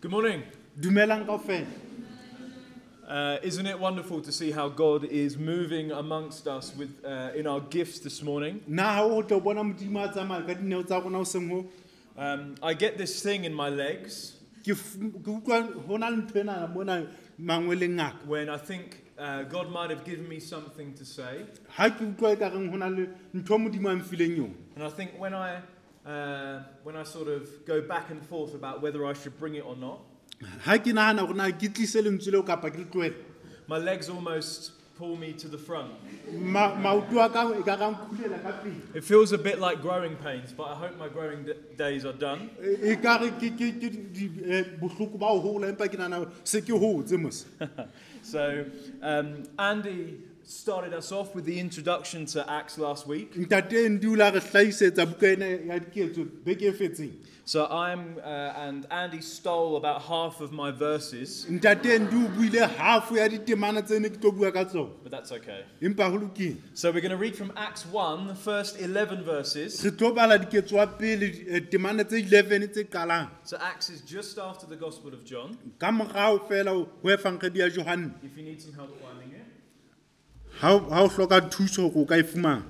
Good morning. dumelang kaofela Uh, isn't it wonderful to see how God is moving amongst us with, uh, in our gifts this morning? na ha o tle o bona modimo a tsamaya ka dineo tsa rona o seng ho Um, I get this thing in my legs ke f- ke utlwa ho na le ntho enana mona mangweleng ngaka when I think uh, God might have given me something to say. ha ke utlwa ekareng ho na le ntho e modimo a mfileng yona And I think when I, uh, when I sort of go back and forth about whether I should bring it or not, ha ke nahana hore na ke tlise lentswe leo kapa ke le tlohele my legs almost pull me to the front. ma- maoto a ka e ka rang khulela ka pele It feels a bit like growing pains, but I hope my growing d- days are done. E- e ka re ke ke- ke di- eh, bohloko ba ho hola empa ke nahana hore se ke hotse mose So um, Andy started us off with the introduction to Acts last week. ntate ndula re hlahisetsa buka ena ya diketso beke e fetseng So I'm uh, and Andy stole about half of my verses, ntate ndu o buile half ya ditemana tse ne ke tlo bua ka tsona but that's okay. empa ho lokile So we're going to read from Acts 1, the first 11 verses. re tlo bala diketso wa pele eh, temana tse 11 tse qalang So Acts is just after the Gospel of John. ka morao fela ho ho efankgedi ya johane If you need some help finding it. ha o- ha o hloka thuso hore o ka e fumana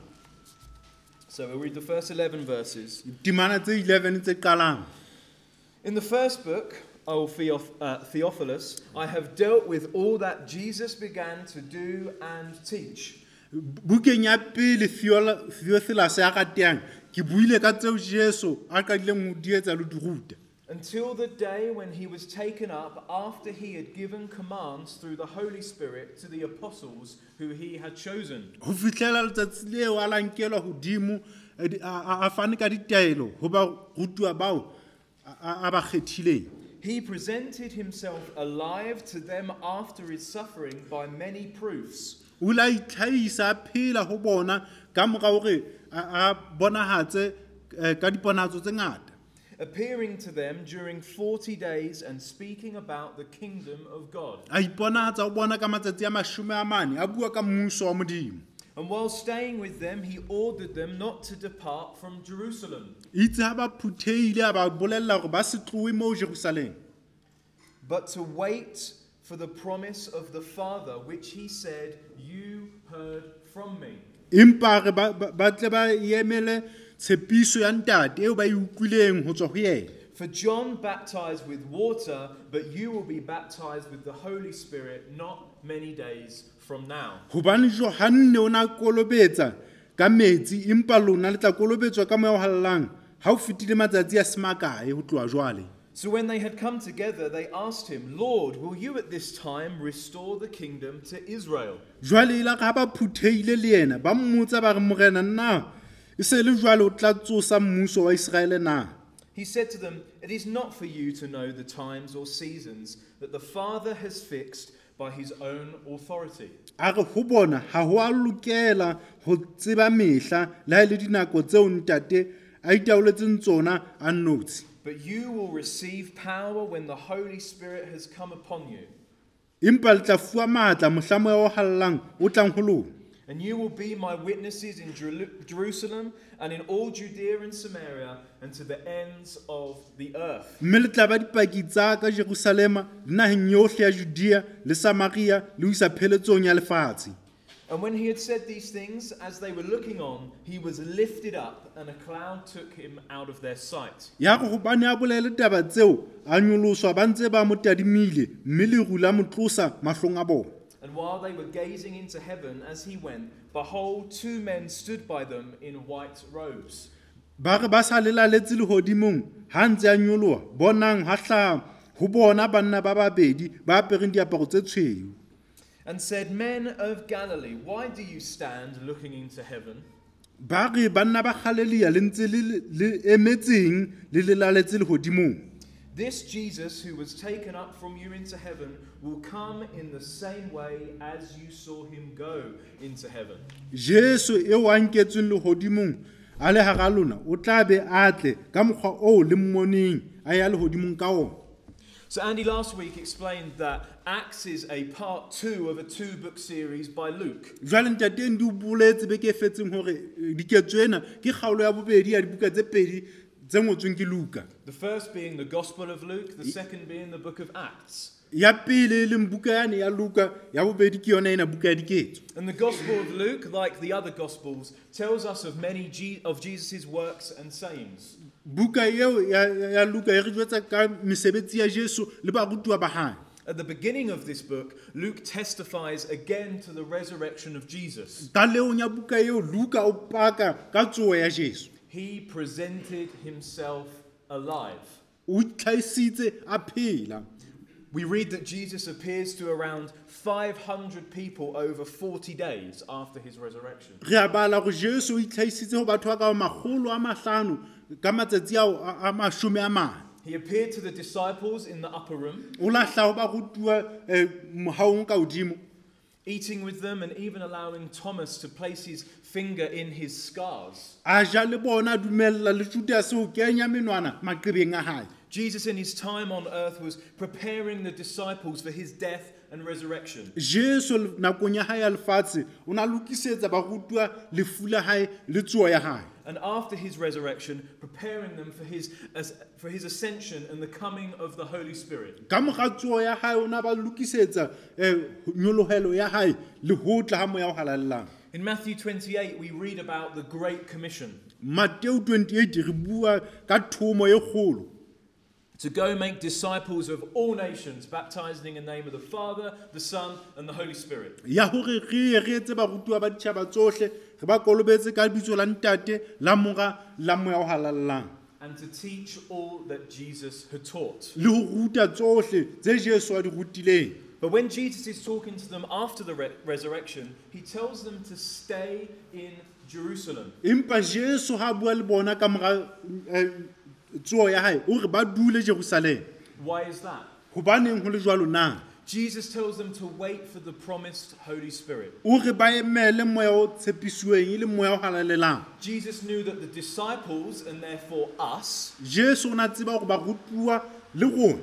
So we'll read the first 11 verses. temana tse 11 tse qalang In the first book, O Theoph- uh, Theophilus, I have dealt with all that Jesus began to do and teach. bukeng ya pele Theola- theophilus ya rateang ke buile ka tseo jesu a qadileng ho di etsa le ho di ruta Until the day when he was taken up after he had given commands through the Holy Spirit to the apostles who he had chosen. ho fihlela letsatsi leo a la nkelwa hodimo eh, di- a- a a fane ka ditaelo ho barutuwa bao a- a a ba kgethileng He presented himself alive to them after his suffering by many proofs, o la itlhahisa a phela ho bona ka mora hore a a bonahatse eh, ka diponatso tse ngata appearing to them during 40 days and speaking about the kingdom of God. a iponahatsa ho bona ka matsatsi a mashome a mane a bua ka mmuso wa modimo And while staying with them, he ordered them not to depart from Jerusalem, itse ha ba phuthehile a ba bolella hore ba se tlohe moo jerusalema but to wait for the promise of the Father, which he said, You heard from me. empa re ba- ba ba tle ba emele tshepiso ya ntate eo ba e utlwileng ho tswa ho yena For John baptized with water, but you will be baptized with the Holy Spirit not many days from now. gobane johanne o ne a kolobetsa ka metsi empa lona le tla kolobetswa ka moya o galelang ga o fetile matsatsi a semakae go tloa jwale So when they had come together, they asked him, Lord, will you at this time restore the kingdom to Israel? jwale e la ga ba phutheile le ena ba mmotsa ba re morena nna e se le jwale o tla tsosa mmuso wa iseraele na He said to them, It is not for you to know the times or seasons that the Father has fixed by his own authority. a re go bona ga go a lokela go tseba mehla le ga e le dinako tseo ntate a itaoletseng tsona a nnotshi But you will receive power when the Holy Spirit has come upon you, empa le tla fua maatla mohla moya o galelang o tlang go lona and you will be my witnesses in Jeru- Jerusalem and in all Judea and Samaria and to the ends of the earth. mme le tla ba dipaki tsa ka jerusalema dinageng yotlhe ya judea le samaria le ho isa pheletsong ya lefatshe And when he had said these things, as they were looking on, he was lifted up, and a cloud took him out of their sight. ya go gobane a bolele taba tseo a nyoloswa ba ntse ba mo tadimile mme leru la mo tlosa mahlong a bona And while they were gazing into heaven as he went, behold, two men stood by them in white robes. ba re ba sa lelaletse legodimong ga ntse a nyoloa bonang ga tlhaa go bona banna ba babedi ba apereng diaparo tse tshweu And said, Men of Galilee, why do you stand looking into heaven? ba re banna ba galelia le ntse le le- le emetseng le lelaletse legodimong This Jesus who was taken up from you into heaven will come in the same way as you saw him go into heaven. jesu eo a nketsweng legodimong a le gara lona o tla be a tle ka mokgwa oo le mmoneng a ya legodimong ka ona So, Andy last week explained that Acts is a part two of a two book series by Luke. jwale ntateng di o boletse be ke e fetseng gore eh, diketso ena ke kgaolo ya bobedi ya dibuka tse pedi tse ngotsweng ke luka The first being the Gospel of Luke, the second being the book of Acts. ya pele e leng buka yane ya luka ya bobedi ke yona ena buka ya diketso And the Gospel of Luke, like the other Gospels, tells us of many Je- of Jesus' works and sayings. buka eo ya, ya ya luka e re jwetsa ka mesebetsi ya jesu le barutwa ba hae At the beginning of this book, Luke testifies again to the resurrection of Jesus. qalehong ya buka eo luka o paka ka tsoho ya jesu He presented himself alive. o itlhaisitse a phela We read that Jesus appears to around 500 people over 40 days after his resurrection. re a bala go jesu o itlhaisitse go batho ba ka magolo a mahlano ka matsatsi ao a a mashome a mane He appeared to the disciples in the upper room, o latlha go barutwa um mogaong ka godimo eating with them and even allowing Thomas to place his finger in his scars. a ja le bona a dumelela le tuta ya seo kenya menwana maqebeng a gae Jesus, in his time on earth, was preparing the disciples for his death and resurrection. jesu le- nakong ya gae ya lefatshe o ne a lokisetsa barutwa lefu la gae le tsoho ya gae And after his resurrection, preparing them for his, as, for his ascension and the coming of the Holy Spirit. ka moga tsoho ya gae o ne a ba lokisetsa um nyolohelo ya gae le go tla ga moya o galalelang In Matthew 28, we read about the Great Commission mateo 28 re bua ka thomo e kgolo to go make disciples of all nations, baptizing in the name of the Father, the Son, and the Holy Spirit. ya gore re ye re etse barutiwa ba ditšhaba tsotlhe re ba kolobetse ka bitso la ntate la moga la moya o galalelang And to teach all that Jesus had taught. le go ruta tsotlhe tse jesu a di rutileng But when Jesus is talking to them after the re- resurrection, he tells them to stay in Jerusalem. empa jesu ga a bua le bona ka moga eh, tsoho ya gae o re ba dule jerusalema Why is that? gobaneng go le jalo na Jesus tells them to wait for the promised Holy Spirit. o re ba emele moya o tshepisiweng e le moya o galalelang Jesus knew that the disciples, and therefore us, jesu o ne a tseba gore barutiwa le rona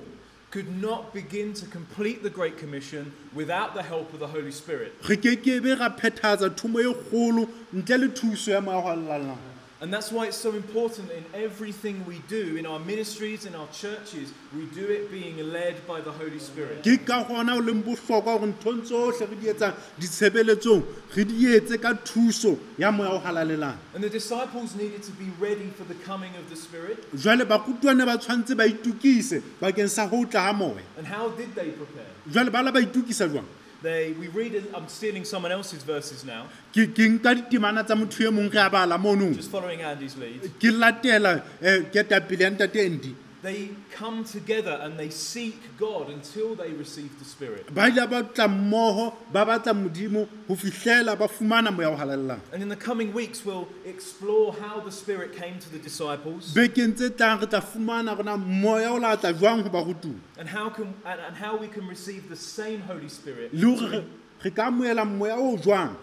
could not begin to complete the Great Commission without the help of the Holy Spirit. re kekebe ra phethatsa thomo e kgolo ntle le thuso ya moya o galalelang And that's why it's so important in everything we do, in our ministries, in our churches, we do it being led by the Holy Spirit. ke ka gona o leng bohlokwa gore nthong tsotlhe re di etsang ditshebeletsong re di etse ka thuso ya moya o galalelang And the disciples needed to be ready for the coming of the Spirit. jwale barutwane ba tshwanetse ba itukise bakeng sa go tla ga moya And how did they prepare? jwale bala ba itukisa jwang They, we read, in, I'm stealing someone else's verses now, ke ke nka ditemana tsa motho e mong re a bala monong just following Andy's lead. ke latela um ketapele ya ntate endi They come together and they seek God until they receive the Spirit. ba ile ba tla mmogo ba batla modimo go fitlhela ba fumana moya o galalelang And in the coming weeks, we'll explore how the Spirit came to the disciples bekeng tse tlang re tla fumana gona moya o la tla jwang go barutong and how, can, and, and how we can receive the same Holy Spirit le gore re- re ka amoela moya o jwang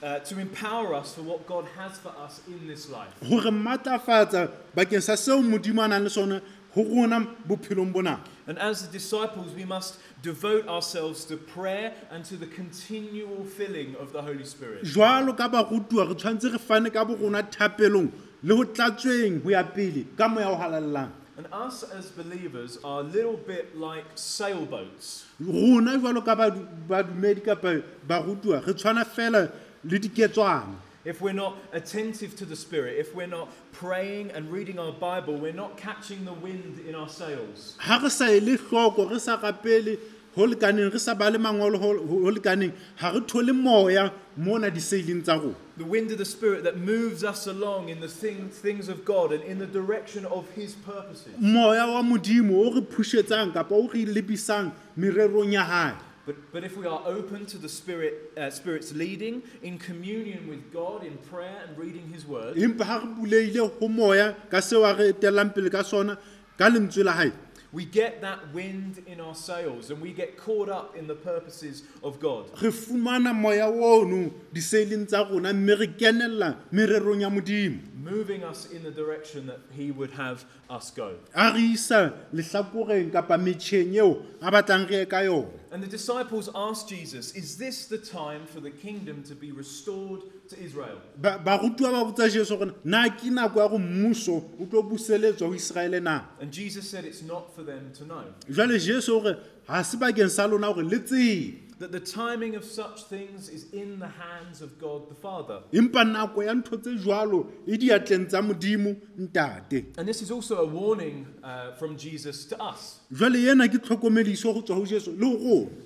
uh, to empower us for what God has for us in this life. gore maatlafatsa bakeng sa seo modimo a nang le sone go rona bophelong bonang And as the disciples, we must devote ourselves to prayer and to the continual filling of the Holy Spirit. jwalo ka barutiwa re tshwanetse re fane ka borona thapelong le go tlatsweng go ya pele ka moya o galalelang And us as believers are a little bit like sailboats. rona jwalo ka badu- badumedi kapa barutiwa re tshwana fela le diketswana If we're not attentive to the Spirit, if we're not praying and reading our Bible, we're not catching the wind in our sails. ga re sa ele tlhoko re sa gapele go lekaneng re sa ba le mangolo go lekaneng ga re thole moya mona diseileng tsa rona The wind of the Spirit that moves us along in the thing, things of God and in the direction of His purposes. moya wa modimo o re phusetsang kapa o re lebisang mererong ya gae But, but if we are open to the Spirit, uh, Spirit's leading in communion with God in prayer and reading His Word, empa ga re buleile go moya ka seo a re etelelang pele ka sona ka lentswe la gae we get that wind in our sails and we get caught up in the purposes of God. re fumana moya ono diseileng tsa rona mme re kenelela mererong ya modimo moving us in the direction that he would have us go. a re isa lehlakoreng kapa metšheng eo a batlang re ye ka yona And the disciples asked Jesus, Is this the time for the kingdom to be restored to Israel. Ba- barutwa ba botsa jesu gore na ke nako ya go mmuso o tlo buseletswa go iseraele na And Jesus said it's not for them to know. jale jesu gore ga se bakeng sa lona gore le tsee That the timing of such things is in the hands of God the Father. empa nako ya ntho tse jalo e diatleng tsa modimo ntate And this is also a warning uh, from Jesus to us jale ena ke tlhokomediso go tswa go jesu le go rona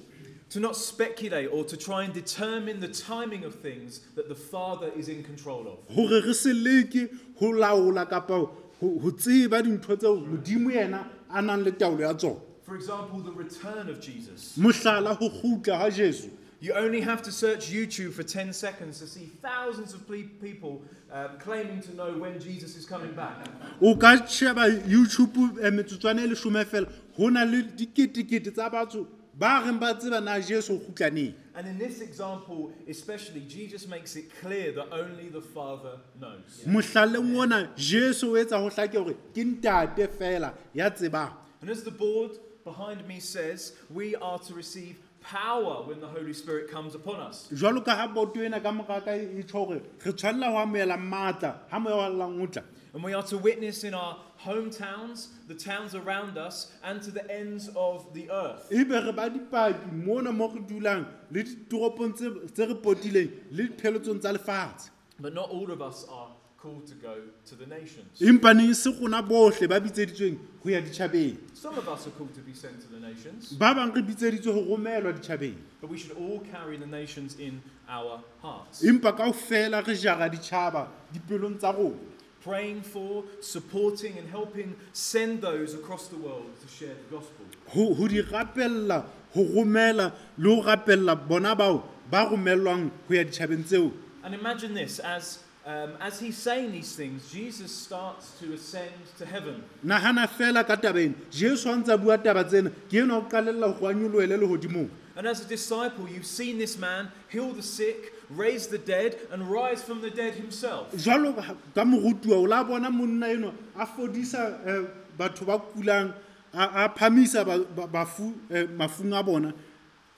to not speculate or to try and determine the timing of things that the Father is in control of. gore re se leke go laola kapa ho- ho tseba dintho tseo modimo ena a nang le taolo ya tsona For example, the return of Jesus. mohlala go gutla ga jesu You only have to search YouTube for 10 seconds to see thousands of ple- people um, claiming to know when Jesus is coming back. o ka sheba youtube eh, metsotswana e lesome fela go na le diketekete tsa batho ba reng ba tseba na jesu o gutlaneng And in this example, especially, Jesus makes it clear that only the Father knows. mohlaleng ona jesu o etsa go tlhake gore ke ntate fela ya tsebang And as the board behind me says, we are to receive power when the Holy Spirit comes upon us. jwalo ka ga boto ena ka moraka e tsho gore re tshwanela go amoela maatla ga moya wa lelang o tla And we are to witness in our hometowns, the towns around us, and to the ends of the earth. ebe re ba dipaki mona mo re dulang le ditoropong tse- tse re potileng le dipheletsong tsa lefatshe But not all of us are called to go to the nations. empaneng se gona botlhe ba bitseditsweng go ya ditšhabeng Some of us are called to be sent to the nations, ba bangwe re bitseditswe go romelwa ditšhabeng but we should all carry the nations in our hearts. empa kao fela re jara ditšhaba dipelong tsa rona Praying for, supporting, and helping send those across the world to share the gospel. go go di gapelela go romela le go gapelela bona bao ba romelwang go ya ditšhabeng tseo And imagine this as, um, as he's saying these things, Jesus starts to ascend to heaven. nagana fela ka taba ena jesu a ntse a bua taba tsena ke ena go qalelela go anyoloele legodimong And as a disciple, you've seen this man heal the sick, raise the dead, and rise from the dead himself. jalo ka- ka morutiwa o la bona monna eno a fodisa eh, batho ba kulang a a phamisa ba- ba- bafu eh, mafung a bona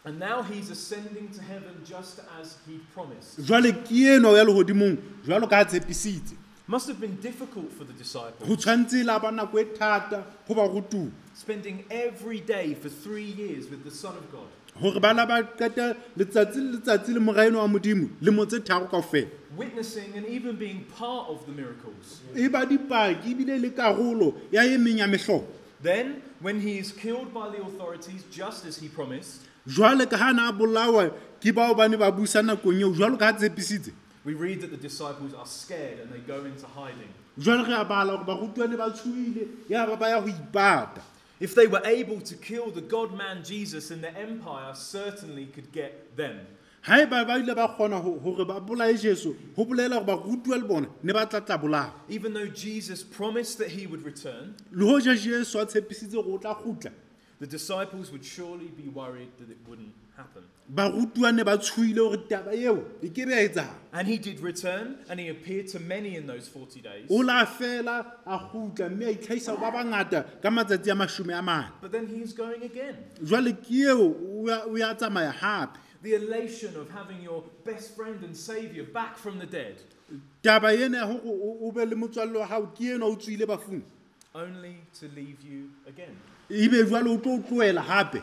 And now he's ascending to heaven just as he promised. jwale ke eno ya legodimong jwalo ka a tshepisitse Must have been difficult for the disciples, go tshwanetse e la ba nako e thata go barutuwa spending every day for three years with the Son of God, gore ba la ba qeta letsatsi le letsatsi le moraeno wa modimo le motse tharo kao fela witnessing and even being part of the miracles. e ba dipaki ebile le karolo ya e meng ya metlhoko Then, when he is killed by the authorities, just as he promised, jwale ka ga na a bolawa ke bao ba ne ba busa nakong eo jwalo ka a tshepisitse We read that the disciples are scared and they go into hiding. jwale ge a bala gore barutwane ba tshoile ya ba ba ya go ipata If they were able to kill the God man Jesus, then the empire certainly could get them. ga e ba ba ile ba kgona ho- hore ba bolae jesu go bolela gore barutwa le bona ne ba tla tla bolao Even though Jesus promised that he would return, le goja jesu a tshepisitse gore o tla gutla the disciples would surely be worried that it wouldn't happen. barutwane ba tshoile gore taba eo e ke be a etsang And he did return, and he appeared to many in those 40 days. o la fela a gutla mme a itlhaisa ba bangata ka matsatsi a mašome a mane But then he is going again. jwale ke eo o ya- o ya tsamaya gape The elation of having your best friend and savior back from the dead, taba ena ya gore o- o be le motswalle wa gago ke ena o tswile bafung only to leave you again. ebe jwale o tlo o tloela gape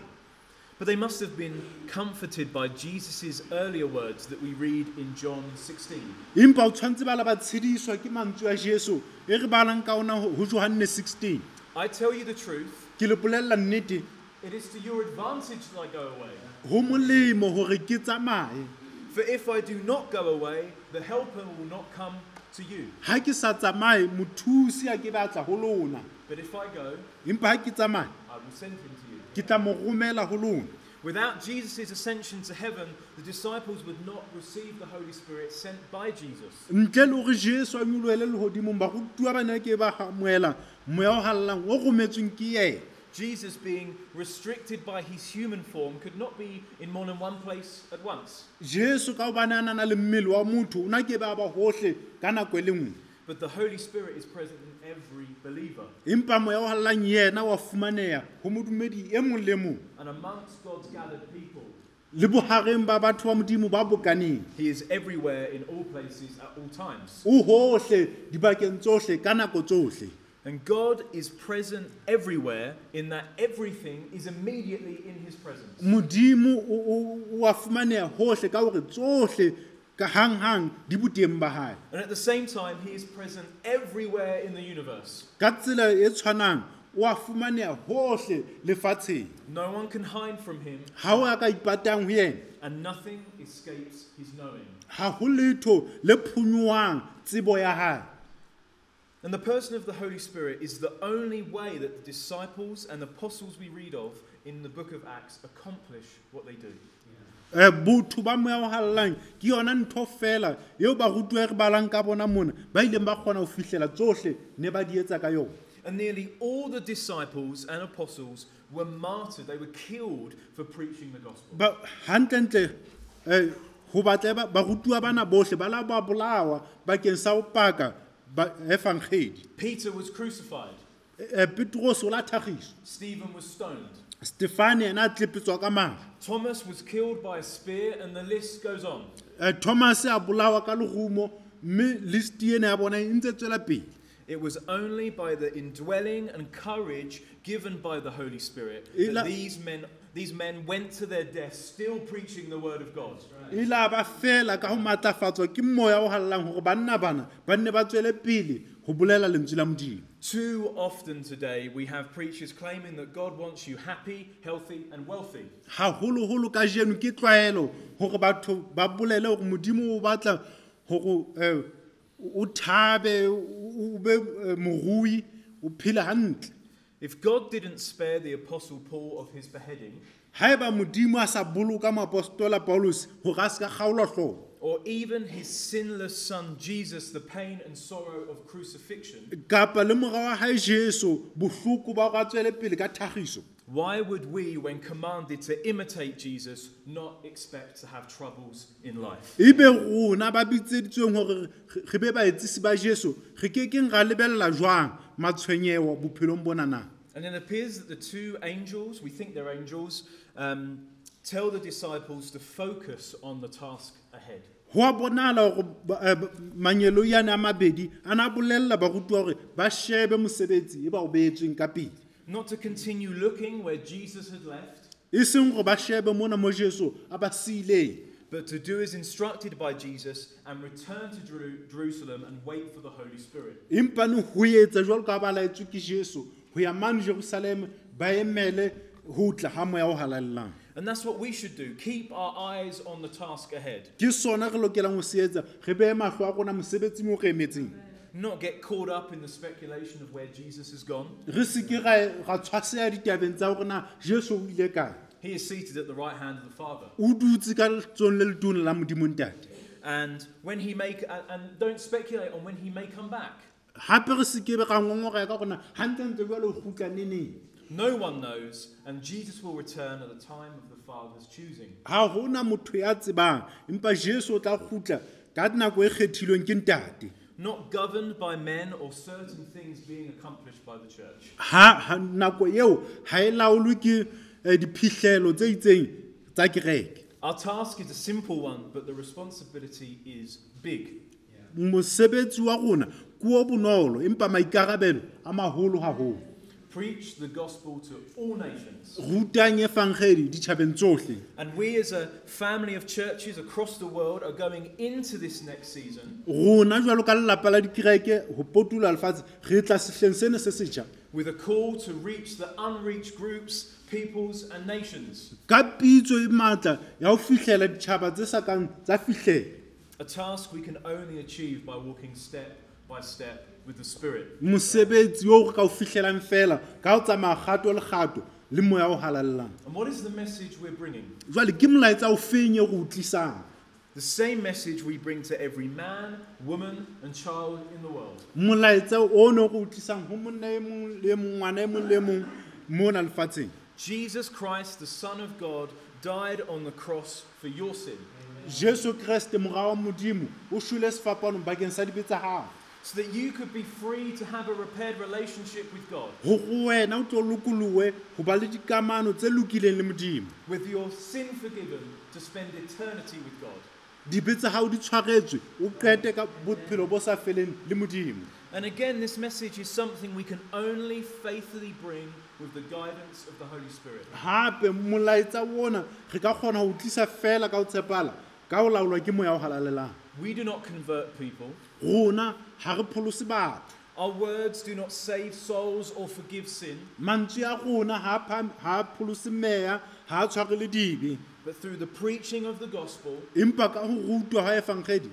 But they must have been comforted by Jesus' earlier words that we read in John 16. empa o tshwanetse ba la ba tshediswa ke mantswe a jesu e re balang ka ona go johanne 16 I tell you the truth, ke le polelela nnete it is to your advantage that I go away. go molemo gore ke tsamaye For if I do not go away, the Helper will not come to you. ga ke sa tsamaye mothusi a ke batla go lona But if I go, empa ga ke tsamaye I will send him to you. ke tla mo romela go lona Without Jesus' ascension to heaven, the disciples would not receive the Holy Spirit sent by Jesus. ntle le gore jesu a nyoloele legodimong bagotua ba ne ke ba gamoela moya o galelang o rometsweng ke ena Jesus, being restricted by his human form, could not be in more than one place at once. jesu ka gobane a nana le mmele wa motho o na ke ba ba gotlhe ka nako e le nngwe But the Holy Spirit is present in every believer. empa moya o galelang yena wa fumaneya go modumedi e mong le mong And amongst God's gathered people, le bohareng ba batho ba modimo ba bokaneng He is everywhere in all places at all times. o hohle dibakeng tsohle ka nako tsohle And God is present everywhere in that everything is immediately in his presence. modimo o- o- o a fumaneha hohle ka hore tsohle ka hanghang di boteng ba hae And at the same time, he is present everywhere in the universe. ka tsela e tshwanang o a fumaneha hohle lefatsheng No one can hide from him, ha o a ka ipatang ho yena and nothing escapes his knowing. ha ho letho le phunyohang tsebo ya hae And the person of the Holy Spirit is the only way that the disciples and apostles we read of in the book of Acts accomplish what they do. Eh, botho ba moya o hallang ke yona ntho fela eo barutuwe re balang ka bona mona ba ileng ba kgona ho fihlela tsohle ne ba di etsa ka yona And nearly all the disciples and apostles were martyred, they were killed for preaching the gospel. Ba- hantlentle um go batle ba- barutuwa bana bohle ba la ba bolawa bakeng sa ho paka ba- efangeli Peter was crucified, Eh, petros o la tlhagiso Stephen was stoned, stefane ena a tlepetswa ka mara Thomas was killed by a spear, and the list goes on. Eh, thomas a bolawa ka lerumo mme listi ena ya bona e ntse tswela pele It was only by the indwelling and courage given by the Holy Spirit It that la- these men, these men went to their death still preaching the word of God. e la ba fela ka go maatlafatswa ke moya o galelang gore banna bana ba nne ba tswele pele go bolela lentswe la modimo Too often today, we have preachers claiming that God wants you happy, healthy, and wealthy. gagologolo ka jeno ke tlwaelo gore batho ba bolele gore modimo o batla gore eh, o thabe o o be eh, morui o phele gantle If God didn't spare the Apostle Paul of his beheading, ga e ba modimo a sa boloka moapostola paulus gore a se ka kgaolwa tlhoo or even his sinless son Jesus, the pain and sorrow of crucifixion, kapa le morago wa gae jesu bohloko ba go a tswele pele ka thagiso why would we, when commanded to imitate Jesus, not expect to have troubles in life? ebe rona ba bitseditsweng gore re- re be baetsisi ba jesu re ke keng ra lebelela jwang matshwenyego bophelong bona na And it appears that the two angels, we think they're angels, um, tell the disciples to focus on the task ahead. go a bonala gore ba- eh, ba- manyelo iane a mabedi a ne a bolelela barutiwa gore ba shebe mosebetsi e ba go beetsweng ka pele Not to continue looking where Jesus had left, e seng gore ba shebe mona mo jesu a ba seileng but to do as instructed by Jesus and return to Jeru- Jerusalem and wait for the Holy Spirit. empane go etsa jalo ka ba laetswe ke jesu go ya mane jerusaleme ba emele go tla ga moya o galalelang And that's what we should do. Keep our eyes on the task ahead. ke sona re lokelang go se etsa re beye matlho a rona mosebetsing o re emetseng Not get caught up in the speculation of where Jesus has gone. re seke ra ra tshwaseya ditabeng tsa gore na jesu o ile kae He is seated at the right hand of the Father. o dutse ka letsong le letona la modimong tate And when he may, and- and don't speculate on when he may come back. gape re sekebe ra ngongoraya ka gona gantle ntse jalo o gutla neneng No one knows, and Jesus will return at the time of the Father's choosing. ga gona motho ya tsebang empa jesu o tla gutla ka nako e kgethilweng ke ntate Not governed by men or certain things being accomplished by the church. Ha- ha- nako eo ga e laolwe ke eh, diphihlelo tse itseng tsa kereke Our task is a simple one, but the responsibility is big. mosebetsi wa rona kuo bonolo empa maikarabelo a magolo gagolo Preach the gospel to all nations. rutang e fangedi ditšhabeng tsohle And we, as a family of churches across the world, are going into this next season rona jalo ka lelapa la dikereke go potula lefatshe re tla setlheng sene se setšha with a call to reach the unreached groups, peoples, and nations. ka pitso e maatla ya go fitlhela ditšhaba tse sa kang tsa fitlhela A task we can only achieve by walking step by step with the Spirit. mosebetsi o go ka o fitlhelang fela ka go tsamaya gato le gato le moya o galalelang And what is the message we're bringing? jwale ke molaetsa o feng e go utlisang The same message we bring to every man, woman, and child in the world. molaetsa o ne go utlisang go monna e mong le e mong ngwana e mong le e mong mo na lefatsheng Jesus Christ, the Son of God, died on the cross for your sin. jesu kreste morawa modimo o shule sefapano bakeng sa dibe tsa gago so that you could be free to have a repaired relationship with God, gore wena o tlo lokolowe go ba le dikamano tse lokileng le modimo with your sin forgiven to spend eternity with God. dibe tsa gago di tshwaretswe o qete ka bophelo bo sa feleng le modimo And again, this message is something we can only faithfully bring with the guidance of the Holy Spirit. gape molaetsa wona re ka kgona go tlisa fela ka go tshepala ka go laolwa ke moya o galalelang We do not convert people. rona ga re pholose batho Our words do not save souls or forgive sin, mantswe a rona ga a pham- ga a pholose meya ga a tshware le dibe but through the preaching of the gospel, empa ka go rutwa ga efangedi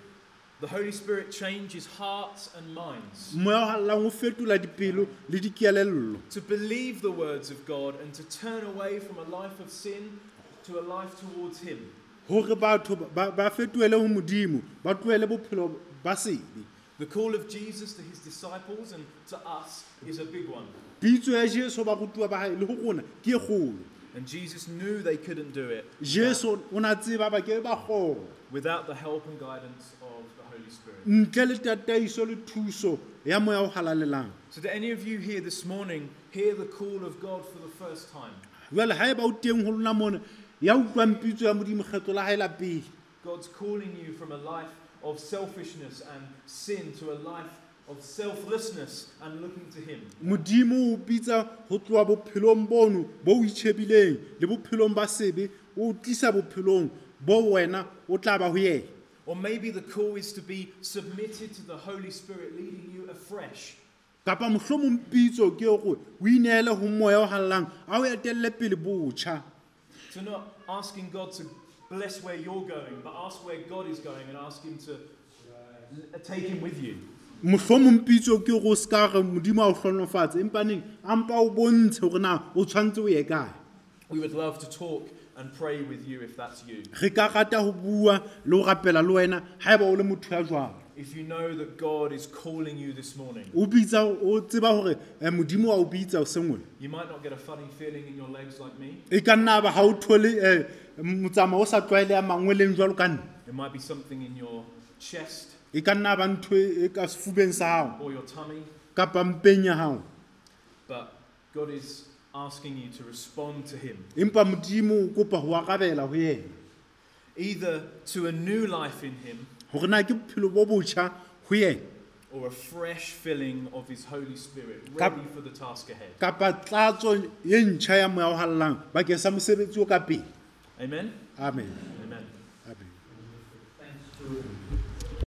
the Holy Spirit changes hearts and minds moya o galelang o fetola dipelo le dikielello to believe the words of God and to turn away from a life of sin to a life towards Him. gore batho ba ba fetoele go modimo ba tloele bophelo ba sebe The call of Jesus to His disciples and to us is a big one. pitso ya e jesu ho barutiwa ba gae le go rona ke e kgolo And Jesus knew they couldn't do it jesu o ne a tseba ba ke ba kgoro without the help and guidance of the Holy Spirit. ntle le tataiso le thuso ya moya o galalelang So, do any of you here this morning hear the call of God for the first time? jale ga e ba o teng go lona mone ya utlwang pitso ya modimo kgetlo la gaela pele God's calling you from a life of selfishness and sin to a life of selflessness and looking to Him. modimo o pitsa go tloa bophelong bono bo o itšhebileng le bophelong ba sebe o o tlisa bophelong bo wena o tla ba go yena Or maybe the call is to be submitted to the Holy Spirit leading you afresh. kapa mohlomong pitso ke gore o ineele go moya o galelang a o etelele pele botšha To not asking God to bless where you're going, but ask where God is going and ask Him to l- take Him with you. mohlomong pitso ke go se ka re modimo a o tlhonolofatse empaneng a mpa o bontshe gore na o tshwanetse o ye kae We would love to talk and pray with you if that's you. re ka rata go bua le go rapela le wena ga e ba o le motho ya jwalo If you know that God is calling you this morning, o bitsa o tseba gore eh, modimo wa o bitsa o sengwe you might not get a funny feeling in your legs like me. e ka nna ba ga o thole eh, motsamao o sa tlwaele ya mangweleng jwalo ka nna It might be something in your chest e ka nna ba ntho e e ka sefubeng sa gago or your tummy, kapa mpeng ya gago but God is asking you to respond to Him, empa modimo o kopa go akabela go yena either to a new life in Him gore na ke bophelo bo botšha go yena or a fresh filling of His Holy Spirit, Kap- ready for the task ahead. kapa tlatso ye ntšha ya moya o galelang bakeng sa mosebetsi o ka pele Amen? amen Amen. amen Thanks, Jordan.